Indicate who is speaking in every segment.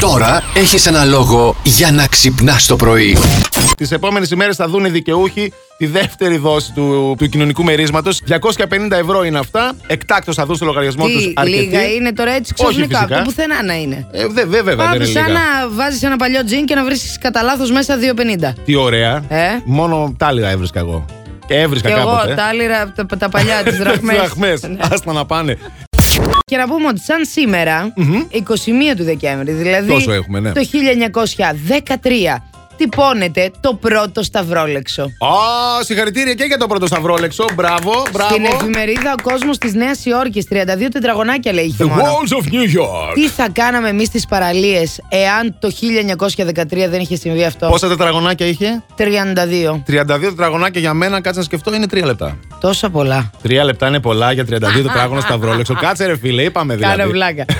Speaker 1: Τώρα έχεις ένα λόγο για να ξυπνάς το πρωί.
Speaker 2: Τις επόμενες ημέρες θα δουν οι δικαιούχοι τη δεύτερη δόση του, του κοινωνικού μερίσματος. 250 ευρώ είναι αυτά. Εκτάκτο θα δουν στο λογαριασμό του
Speaker 3: Τι
Speaker 2: αρκετή.
Speaker 3: λίγα είναι τώρα έτσι
Speaker 2: Όχι,
Speaker 3: ξαφνικά.
Speaker 2: φυσικά.
Speaker 3: Από πουθενά να είναι.
Speaker 2: Ε, δε, δε, βέβαια δεν
Speaker 3: Πάμε
Speaker 2: είναι λίγα.
Speaker 3: σαν να βάζεις ένα παλιό τζιν και να βρίσκεις κατά λάθος μέσα 2,50.
Speaker 2: Τι ωραία.
Speaker 3: Ε.
Speaker 2: Μόνο τα λίγα έβρισκα εγώ. Και έβρισκα
Speaker 3: Και
Speaker 2: κάποτε.
Speaker 3: εγώ τα Ναι. άλλα τα, τα παλιά τη
Speaker 2: Τις
Speaker 3: δραχμές.
Speaker 2: δραχμές. Άστα να πάνε.
Speaker 3: Και να πούμε ότι σαν σήμερα, 21 του Δεκέμβρη, δηλαδή
Speaker 2: Τόσο έχουμε, ναι.
Speaker 3: το 1913, τυπώνεται το πρώτο σταυρόλεξο.
Speaker 2: Α, συγχαρητήρια και για το πρώτο σταυρόλεξο. Μπράβο, μπράβο.
Speaker 3: Στην εφημερίδα Ο Κόσμος της Νέας Υόρκης, 32 τετραγωνάκια λέει είχε
Speaker 2: The
Speaker 3: μόνο.
Speaker 2: walls of New York.
Speaker 3: Τι θα κάναμε εμείς στις παραλίες εάν το 1913 δεν είχε συμβεί αυτό.
Speaker 2: Πόσα τετραγωνάκια είχε?
Speaker 3: 32.
Speaker 2: 32 τετραγωνάκια για μένα, κάτσε να σκεφτώ, είναι 3 λεπτά.
Speaker 3: Τόσα πολλά.
Speaker 2: 3 λεπτά είναι πολλά για 32 τετράγωνο σταυρόλεξο. Κάτσε ρε φίλε, είπαμε δηλαδή.
Speaker 3: Κάνω βλάκα.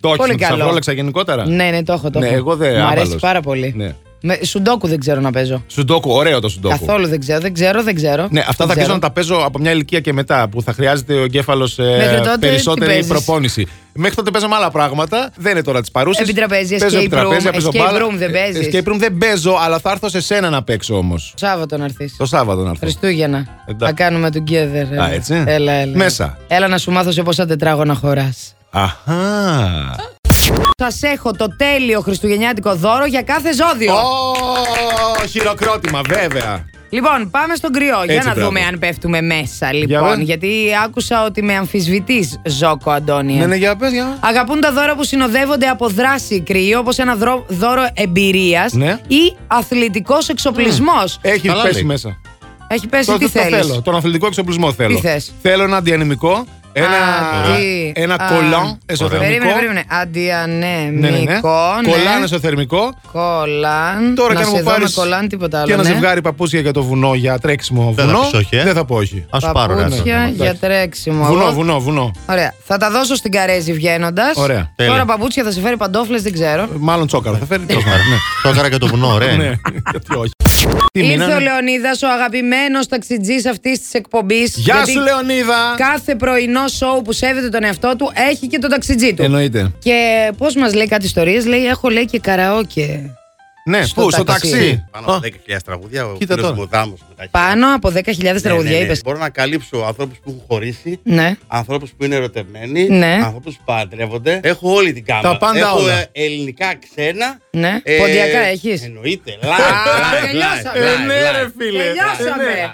Speaker 2: Το έχεις
Speaker 3: Πολύ
Speaker 2: με τη
Speaker 3: καλό.
Speaker 2: σταυρόλεξα γενικότερα.
Speaker 3: Ναι, ναι, το έχω. Το
Speaker 2: Ναι,
Speaker 3: έχω.
Speaker 2: εγώ δεν,
Speaker 3: Μ' αρέσει
Speaker 2: άβαλος.
Speaker 3: πάρα πολύ.
Speaker 2: Ναι.
Speaker 3: Με, σουντόκου δεν ξέρω να παίζω.
Speaker 2: Σουντόκου, ωραίο το σουντόκου.
Speaker 3: Καθόλου δεν ξέρω, δεν ξέρω, δεν ξέρω.
Speaker 2: Ναι, αυτά
Speaker 3: Δεν
Speaker 2: θα αρχίσω
Speaker 3: ξέρω.
Speaker 2: να τα παίζω από μια ηλικία και μετά που θα χρειάζεται ο εγκέφαλος
Speaker 3: Μέχρι τότε τι
Speaker 2: περισσότερη
Speaker 3: παίζεις?
Speaker 2: προπόνηση. Μέχρι τότε παίζαμε άλλα πράγματα. Δεν είναι τώρα τη παρούση.
Speaker 3: Επιτραπέζια, escape room, escape room δεν παίζεις.
Speaker 2: Ε, Escape room δεν παίζω, αλλά θα έρθω σε σένα να παίξω όμως.
Speaker 3: Σάββατο να έρθεις.
Speaker 2: Το Σάββατο να έρθω.
Speaker 3: Χριστούγεννα.
Speaker 2: Εντάξει.
Speaker 3: Θα κάνουμε together. Έλα.
Speaker 2: Α, έτσι.
Speaker 3: Έλα, έλα.
Speaker 2: Μέσα.
Speaker 3: Έλα να σου μάθω σε πόσα τετράγωνα χωράς.
Speaker 2: Αχά.
Speaker 3: Σας έχω το τέλειο χριστουγεννιάτικο δώρο για κάθε ζώδιο.
Speaker 2: Ω, χειροκρότημα, βέβαια.
Speaker 3: Λοιπόν, πάμε στον κρυό για
Speaker 2: Έτσι,
Speaker 3: να
Speaker 2: μπράβο.
Speaker 3: δούμε αν πέφτουμε μέσα.
Speaker 2: Για
Speaker 3: Λοιπόν,
Speaker 2: πάμε.
Speaker 3: γιατί άκουσα ότι με αμφισβητείς, Ζόκο Αντώνια.
Speaker 2: Ναι, ναι, για πες, για.
Speaker 3: Αγαπούν τα δώρα που συνοδεύονται από δράση οι κρυοί, όπως ένα δρο- δώρο εμπειρίας
Speaker 2: Ναι.
Speaker 3: ή αθλητικός εξοπλισμός.
Speaker 2: Έχει
Speaker 4: Καλά
Speaker 2: πέσει
Speaker 4: λέει.
Speaker 2: μέσα.
Speaker 3: Έχει πέσει,
Speaker 2: Το-
Speaker 3: τι
Speaker 2: το
Speaker 3: θέλεις.
Speaker 2: θέλω. Τον αθλητικό εξοπλισμό θέλω.
Speaker 3: Τι θες?
Speaker 2: Θέλω ένα αντιανεμικό. Ένα, ένα κολλάν εσωθερμικό.
Speaker 3: Περίμενε, περίμενε. Αντιανεμικό.
Speaker 2: Ναι, ναι, ναι. Κολλάν εσωθερμικό.
Speaker 3: Κολλάν.
Speaker 2: Τώρα
Speaker 3: ε. να
Speaker 2: και να
Speaker 3: σε
Speaker 2: μου
Speaker 3: δω
Speaker 2: πάρει
Speaker 3: να κολλάν τίποτα άλλο.
Speaker 2: και ένα
Speaker 3: ναι.
Speaker 2: ζευγάρι παπούτσια για το βουνό για τρέξιμο βουνό.
Speaker 4: Δεν θα πεις όχι, ε.
Speaker 2: Δεν θα πω όχι.
Speaker 4: Ας πάρω ρε.
Speaker 3: Παπούτσια
Speaker 4: αυτό.
Speaker 3: για τρέξιμο.
Speaker 2: Βουνό,
Speaker 3: Εγώ-
Speaker 2: βουνό, βουνό.
Speaker 3: Ωραία. Θα τα δώσω στην Καρέζη βγαίνοντας.
Speaker 2: Ωραία.
Speaker 4: Τέλεια.
Speaker 3: Τώρα παπούτσια θα σε φέρει παντόφλες, δεν ξέρω.
Speaker 2: Μάλλον τσόκαρο. Θα φέρει τσόκαρο. ναι.
Speaker 4: Το έκανα και το βουνό,
Speaker 2: Ναι,
Speaker 4: ρε.
Speaker 2: γιατί όχι. Τι
Speaker 3: Ήρθε
Speaker 2: μήνα
Speaker 3: ο
Speaker 2: είναι?
Speaker 3: Λεωνίδας, ο αγαπημένος ταξιτζής αυτής της εκπομπής.
Speaker 2: Γεια σου, Λεωνίδα.
Speaker 3: Κάθε πρωινό σοου που σέβεται τον εαυτό του έχει και τον ταξιτζή του.
Speaker 2: Εννοείται.
Speaker 3: Και πώς μας λέει κάτι ιστορίες, λέει: Έχω λέει και καραόκε.
Speaker 2: Ναι,
Speaker 3: Στο
Speaker 2: πού, στο
Speaker 3: ταξί.
Speaker 2: ταξί. Α,
Speaker 4: Πάνω από 10.000 τραγουδιά, ο
Speaker 2: Κοίτα
Speaker 4: φίλος
Speaker 2: τώρα.
Speaker 4: μου ο Δάμος με τα χίλια.
Speaker 3: Πάνω από 10.000
Speaker 4: Ναι,
Speaker 3: τραγουδιά,
Speaker 4: ναι, ναι.
Speaker 3: είπες.
Speaker 4: Μπορώ να καλύψω ανθρώπους που έχουν χωρίσει,
Speaker 3: Ναι.
Speaker 4: ανθρώπους που είναι ερωτευμένοι,
Speaker 3: Ναι.
Speaker 4: ανθρώπους που παντρεύονται. Έχω όλη την κάμα.
Speaker 2: Τα πάντα
Speaker 4: Έχω
Speaker 2: όλα.
Speaker 4: ε, ελληνικά ξένα. Ε,
Speaker 3: Ναι. Ποντιακά έχεις?
Speaker 4: Εννοείται.
Speaker 3: τελειώσαμε.
Speaker 2: Ε, ναι, ρε φίλε.
Speaker 3: Τελειώσαμε.
Speaker 2: Ε, ναι.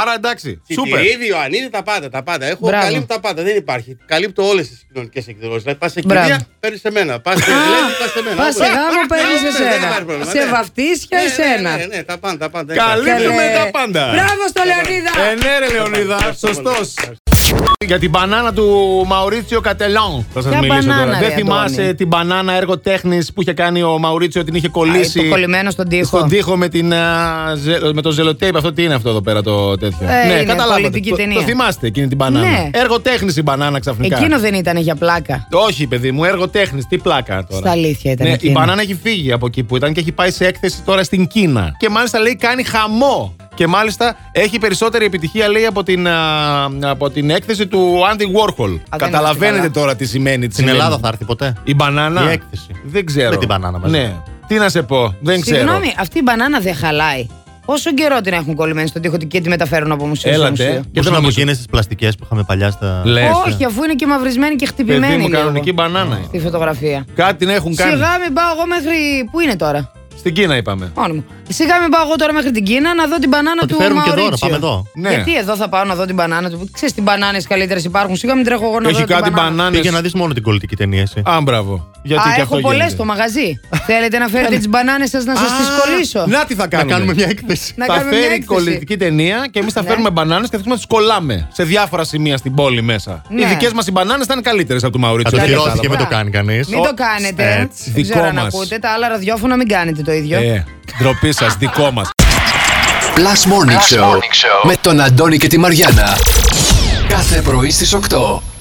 Speaker 2: Άρα εντάξει. Σούπερ.
Speaker 4: Σούπερ. Ιωαννίδη, τα πάντα, τα πάντα. Έχω
Speaker 3: Μπράβο.
Speaker 4: καλύπτω τα πάντα. Δεν υπάρχει. Καλύπτω όλες τις κοινωνικές εκδηλώσεις. Δηλαδή, πας σε
Speaker 3: Μπράβο.
Speaker 4: κυρία, παίρνεις σε μένα. Πας σε ελεύθερη, πας σε μένα.
Speaker 3: Πας σε
Speaker 4: Όλα.
Speaker 3: γάμο, παίρνεις
Speaker 4: Ναι, δεν υπάρχει
Speaker 3: εσένα.
Speaker 4: πρόβλημα,
Speaker 3: Σε
Speaker 4: ναι.
Speaker 3: βαφτίσια,
Speaker 4: Ναι, ναι,
Speaker 3: εσένα.
Speaker 4: Ναι, ναι, τα πάντα, τα πάντα.
Speaker 2: Καλύπτουμε
Speaker 3: Καλέ.
Speaker 2: τα πάντα.
Speaker 3: Μπράβο στο Λεωνίδα!
Speaker 2: Ε, ναι, ρε Λεωνίδα, σωστό.
Speaker 4: πολύ.
Speaker 2: Για την μπανάνα του Μαουρίτσιο Κατελόν. Θα σας
Speaker 3: Ποια
Speaker 2: μιλήσω
Speaker 3: μπανάνα,
Speaker 2: τώρα.
Speaker 3: ρε,
Speaker 2: Δεν θυμάσαι
Speaker 3: Αντώνη?
Speaker 2: την μπανάνα έργο τέχνης που είχε κάνει ο Μαουρίτσιο, την είχε κολλήσει.
Speaker 3: Α, το κολλημένο στον τοίχο.
Speaker 2: Στον τοίχο με, την, α, ζε- με το ζελοτέιπ. Αυτό τι είναι αυτό εδώ πέρα το τέτοιο. Ναι,
Speaker 3: Ε, είναι πολιτική
Speaker 2: Το,
Speaker 3: ταινία.
Speaker 2: το θυμάστε εκείνη την μπανάνα.
Speaker 3: Ναι.
Speaker 2: Έργο τέχνης η μπανάνα ξαφνικά.
Speaker 3: Εκείνο δεν ήταν για πλάκα.
Speaker 2: Όχι, παιδί μου, έργο τέχνης. Τι πλάκα τώρα.
Speaker 3: Στα αλήθεια ήταν
Speaker 2: Ναι, η
Speaker 3: εκείνο.
Speaker 2: μπανάνα έχει φύγει από εκεί που ήταν και έχει πάει σε έκθεση τώρα στην Κίνα. Και μάλιστα λέει κάνει χαμό. Και μάλιστα έχει περισσότερη επιτυχία λέει από την, α, από την έκθεση του Andy Warhol.
Speaker 3: είμαστε
Speaker 2: Καταλαβαίνετε
Speaker 3: καλά.
Speaker 2: τώρα τι σημαίνει. Τι
Speaker 4: Στην
Speaker 2: σημαίνει.
Speaker 4: Ελλάδα θα έρθει ποτέ.
Speaker 2: Η μπανάνα.
Speaker 4: Η έκθεση.
Speaker 2: Δεν ξέρω.
Speaker 4: Με την μπανάνα μαζί.
Speaker 2: Ναι. Τι να σε πω. Δεν ξέρω.
Speaker 3: Συγγνώμη, αυτή η μπανάνα δεν χαλάει. Πόσο καιρό την έχουν κολλημένη στον τοίχο και τη μεταφέρουν από μουσείο σε
Speaker 2: Έλατε.
Speaker 3: μουσείο.
Speaker 2: Και
Speaker 4: Και
Speaker 2: δεν
Speaker 4: ήταν από
Speaker 2: νομίζω.
Speaker 4: εκείνε τι πλαστικές που είχαμε παλιά στα.
Speaker 2: Λες,
Speaker 3: Όχι, αφού είναι και μαυρισμένη και χτυπημένη.
Speaker 2: Παιδί μου,
Speaker 3: λίγο
Speaker 2: κανονική μπανάνα. είναι.
Speaker 3: Στη φωτογραφία.
Speaker 2: Κάτι την έχουν κάνει.
Speaker 3: Σιγά μην πάω εγώ μέχρι. Πού είναι τώρα,
Speaker 2: Στην Κίνα είπαμε.
Speaker 3: μόνο μου. Σιγά μην πάω εγώ τώρα μέχρι την Κίνα να δω την μπανάνα
Speaker 4: Θα τη
Speaker 3: του
Speaker 4: φέρουν και
Speaker 3: Μαωρίτσιο.
Speaker 4: δώρο, πάμε εδώ.
Speaker 2: Ναι.
Speaker 3: Γιατί εδώ θα πάω να δω την μπανάνα του. Ξέρεις τι μπανάνε καλύτερες υπάρχουν. Σιγά μην τρέχω εγώ να
Speaker 2: Έχει
Speaker 3: δω
Speaker 2: κάτι
Speaker 3: την μπανάνα.
Speaker 2: μπανάνες.
Speaker 4: Πήγε να δεις μόνο την κολλητική ταινία, εσύ.
Speaker 2: Α, μπράβο. Γιατί
Speaker 3: Α,
Speaker 2: και
Speaker 3: έχω
Speaker 2: αυτό
Speaker 3: πολλές
Speaker 2: γίνεται.
Speaker 3: στο μαγαζί. Θέλετε να φέρετε τις μπανάνες σας να σας τι
Speaker 2: Α,
Speaker 3: κολλήσω.
Speaker 2: Να τι θα κάνουμε.
Speaker 4: μια έκθεση.
Speaker 3: Να
Speaker 2: θα
Speaker 3: κάνουμε μια
Speaker 2: φέρει
Speaker 3: έκθεση.
Speaker 2: κολλητική ταινία και εμείς θα
Speaker 3: Ναι.
Speaker 2: φέρουμε μπανάνες και θα τις κολλάμε σε διάφορα σημεία στην πόλη μέσα.
Speaker 3: Ναι.
Speaker 2: Οι δικές μας οι μπανάνες θα είναι καλύτερες από του
Speaker 4: Θα
Speaker 2: Μαουρίτσιο.
Speaker 4: το
Speaker 2: δεν
Speaker 4: χειρώσει και
Speaker 2: κατάλαβα.
Speaker 4: μην το κάνει κανείς.
Speaker 3: Μην το κάνετε.
Speaker 4: έτσι,
Speaker 3: Δεν ξέρω
Speaker 2: ε, δικό
Speaker 3: αν
Speaker 2: μας.
Speaker 3: ακούτε. Τα άλλα ραδιόφωνα μην κάνετε το ίδιο.
Speaker 2: Ε, ντροπή σας, δικό μας.
Speaker 1: Plus Morning, Show, με τον Αντώνη και τη Μαριάνα. Κάθε πρωί στις 8.